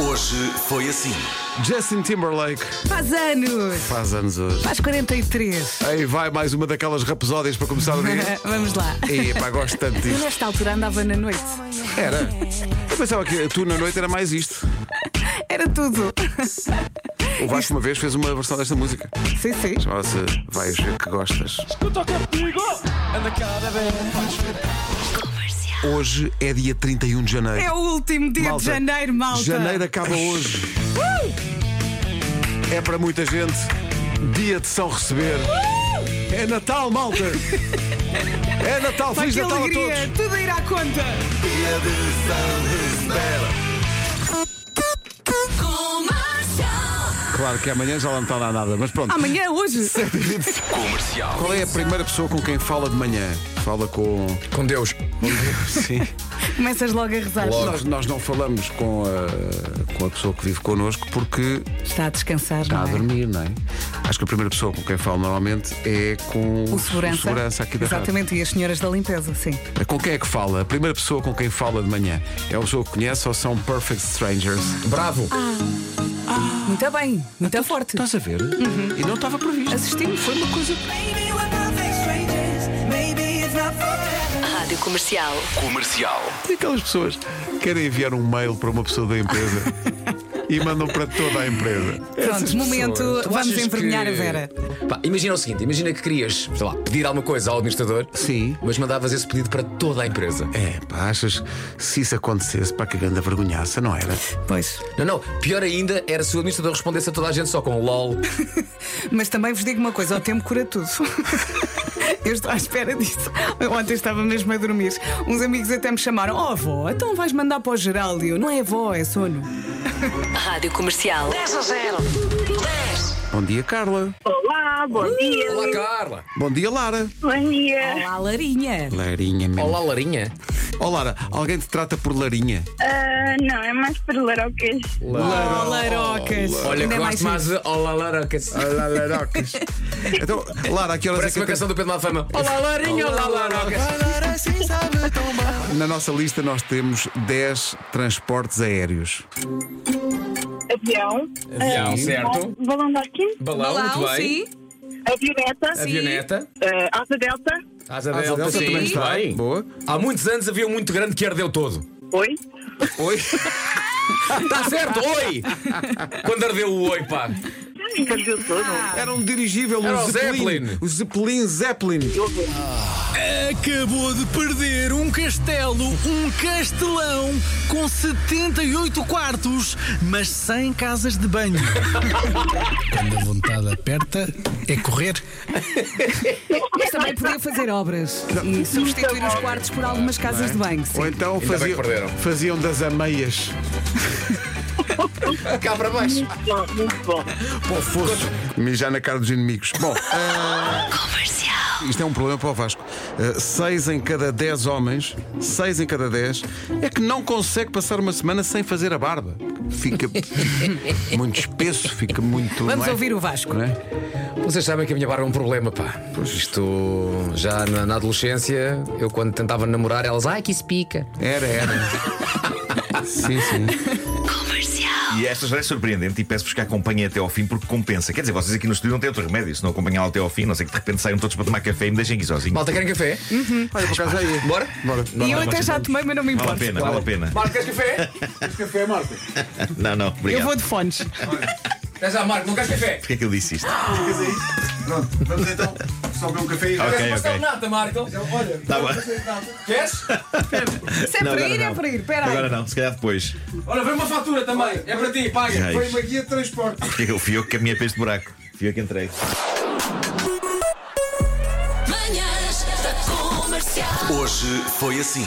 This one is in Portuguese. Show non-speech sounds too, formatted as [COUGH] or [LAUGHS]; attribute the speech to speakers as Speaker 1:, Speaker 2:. Speaker 1: Hoje foi assim.
Speaker 2: Justin Timberlake
Speaker 3: Faz anos!
Speaker 2: faz anos hoje.
Speaker 3: Faz 43.
Speaker 2: Aí vai mais uma daquelas rapesódias para começar o dia.
Speaker 3: [LAUGHS] Vamos lá.
Speaker 2: E pá, gosto tanto
Speaker 3: Eu
Speaker 2: disto.
Speaker 3: nesta altura andava na noite.
Speaker 2: Era. Eu pensava que tu na noite era mais isto.
Speaker 3: Era tudo.
Speaker 2: O Vasco uma vez fez uma versão desta música.
Speaker 3: Sim, sim.
Speaker 2: Chamava-se Vais Ver Que Gostas. Hoje é dia 31 de janeiro.
Speaker 3: É o último dia
Speaker 2: Malta,
Speaker 3: de janeiro, malta. Uh!
Speaker 2: Janeiro acaba hoje. É para muita gente dia de São Receber. É Natal, malta! É Natal,
Speaker 3: Pá,
Speaker 2: Feliz
Speaker 3: que
Speaker 2: Natal a
Speaker 3: alegria!
Speaker 2: todos!
Speaker 3: Tudo irá à conta!
Speaker 1: Dia de São Receber.
Speaker 2: Claro que amanhã já lá não está lá nada, mas pronto.
Speaker 3: Amanhã, hoje. Ah,
Speaker 1: Comercial.
Speaker 2: Qual é a primeira pessoa com quem fala de manhã? Fala com.
Speaker 4: Com Deus.
Speaker 2: Sim.
Speaker 3: Começas logo a rezar.
Speaker 2: Nós, nós não falamos com a, com a pessoa que vive connosco porque
Speaker 3: Está a descansar,
Speaker 2: está a
Speaker 3: não é?
Speaker 2: dormir, não é? Acho que a primeira pessoa com quem falo normalmente é com
Speaker 3: O segurança.
Speaker 2: aqui da rádio.
Speaker 3: Exatamente, e as senhoras da limpeza, sim.
Speaker 2: Com quem é que fala? A primeira pessoa com quem fala de manhã é uma pessoa que conhece ou são perfect strangers?
Speaker 4: Bravo.
Speaker 3: Muito bem, muito forte.
Speaker 2: Então,
Speaker 3: Uhum.
Speaker 2: Estás a ver? E não estava previsto.
Speaker 3: Assistimos.
Speaker 2: Foi uma coisa.
Speaker 5: Maybe we're perfect strangers. Maybe it's not forever.
Speaker 6: Rádio Comercial.
Speaker 1: Comercial.
Speaker 2: E aquelas pessoas que querem enviar um mail para uma pessoa da empresa e mandam para toda a empresa.
Speaker 3: Pronto, momento,
Speaker 4: Tu
Speaker 3: vamos
Speaker 4: achas
Speaker 3: envergonhar
Speaker 4: que-
Speaker 3: a Vera.
Speaker 4: Pá, imagina o seguinte: imagina que querias, sei lá, pedir alguma coisa ao administrador.
Speaker 2: Sim.
Speaker 4: Mas mandavas esse pedido para toda a empresa.
Speaker 2: É, pá, achas se isso acontecesse, para que grande vergonhaça, não era?
Speaker 3: Pois.
Speaker 4: Não, não. Pior ainda era se o administrador respondesse a toda a gente só com LOL.
Speaker 3: Mas também vos digo uma coisa: o tempo cura tudo. [LAUGHS] Eu estou à espera disso. Ontem estava mesmo a dormir. Uns amigos até me chamaram: Oh, avó, então vais mandar para o geral. E eu: Não é avó, é sono.
Speaker 6: Rádio Comercial.
Speaker 2: Bom dia, Carla.
Speaker 7: Olá, bom dia.
Speaker 4: Olá, Carla.
Speaker 2: Bom dia, Lara.
Speaker 7: Bom dia.
Speaker 3: Olá, Larinha.
Speaker 2: Larinha, mesmo.
Speaker 4: Olá, Larinha.
Speaker 2: Ó, Lara, alguém te trata por Larinha?
Speaker 7: Ah, não, é mais para larocas.
Speaker 3: Oh, Larocas.
Speaker 4: Olha,
Speaker 3: Ainda
Speaker 4: que
Speaker 3: é
Speaker 4: gosto
Speaker 3: mais
Speaker 4: mais de Olá, Larocas.
Speaker 2: Olá, Larocas. [LAUGHS] então, Lara, a que horas
Speaker 4: Parece
Speaker 2: é
Speaker 4: uma
Speaker 2: que
Speaker 4: canção do Pedro Malfama. Olá, Larinha. Olá, Larocas.
Speaker 2: Na nossa lista nós temos 10 transportes aéreos.
Speaker 7: Avião.
Speaker 4: Avião,
Speaker 7: Ah,
Speaker 4: certo.
Speaker 7: Balão de arquim.
Speaker 4: Balão, muito bem.
Speaker 7: Avioneta.
Speaker 4: Avioneta.
Speaker 7: ah, asa delta.
Speaker 4: Asa
Speaker 2: A
Speaker 4: Delta, sim.
Speaker 2: também está.
Speaker 4: Muito bem.
Speaker 2: Boa.
Speaker 4: Há muitos anos havia um muito grande que ardeu todo.
Speaker 7: Oi.
Speaker 2: Oi.
Speaker 4: Está certo, oi! Quando ardeu o oi, pá.
Speaker 7: Perdeu tudo.
Speaker 2: Era um dirigível, um
Speaker 4: Era o
Speaker 2: Zeppelin.
Speaker 4: Zeppelin.
Speaker 2: O Zeppelin Zeppelin.
Speaker 8: Acabou de perder um castelo, um castelão com 78 quartos, mas sem casas de banho. [LAUGHS] Quando a vontade aperta, é correr.
Speaker 3: Mas também podia fazer obras e substituir os quartos por algumas casas de banho.
Speaker 2: Ou
Speaker 3: Sim.
Speaker 2: então
Speaker 4: bem que
Speaker 2: faziam,
Speaker 4: perderam.
Speaker 2: faziam das ameias
Speaker 4: Cá para baixo.
Speaker 7: Bom, muito bom.
Speaker 2: para o fosso. Mijar na cara dos inimigos. Bom, [LAUGHS] ah, isto é um problema para o Vasco. 6 em cada 10 homens, 6 em cada 10, é que não consegue passar uma semana sem fazer a barba.
Speaker 3: [LAUGHS]
Speaker 2: Fica muito espesso, fica muito.
Speaker 3: Vamos
Speaker 2: não é?
Speaker 3: ouvir o Vasco.
Speaker 2: Não é?
Speaker 4: Vocês sabem que a minha barba é um problema, pá. Isto já na, na adolescência, eu quando tentava namorar, elas, ai que isso pica.
Speaker 2: Era, era.
Speaker 3: [LAUGHS]
Speaker 2: sim, sim.
Speaker 9: E esta já é surpreendente e peço-vos que a acompanhem até ao fim porque compensa. Quer dizer, vocês aqui no estúdio não têm outro remédio, se não acompanhá-la até ao fim, a não sei que de repente saiam todos para tomar café e me deixem aqui sozinho.
Speaker 4: Malta, querem
Speaker 2: [LAUGHS]
Speaker 4: café?
Speaker 2: Olha, por acaso aí.
Speaker 4: Bora?
Speaker 2: Bora.
Speaker 3: E eu até já tomei, mas não me
Speaker 9: Vale a
Speaker 3: importa.
Speaker 9: pena, vale a pena.
Speaker 4: Marco, queres café?
Speaker 9: Não, não, obrigado.
Speaker 3: Eu vou de fones.
Speaker 4: Estás já, Marco, não queres café?
Speaker 9: Porquê é que eu disse isto?
Speaker 2: Vamos então só beber um café e
Speaker 9: Ok,
Speaker 4: Queres
Speaker 9: ok.
Speaker 4: nata, Marco?
Speaker 9: Tá bom.
Speaker 4: Queres?
Speaker 3: Se é para
Speaker 9: Não, agora
Speaker 3: ir, é
Speaker 9: não.
Speaker 3: para ir. Espera aí.
Speaker 9: Agora não, se calhar depois.
Speaker 4: Olha, vem uma fatura também. É para ti, paga.
Speaker 9: Ai,
Speaker 2: uma guia de transporte.
Speaker 9: Porquê que eu fui eu que caminhei para este buraco? Fui eu que entrei.
Speaker 6: Manhãs da Comercial.
Speaker 1: Hoje foi assim.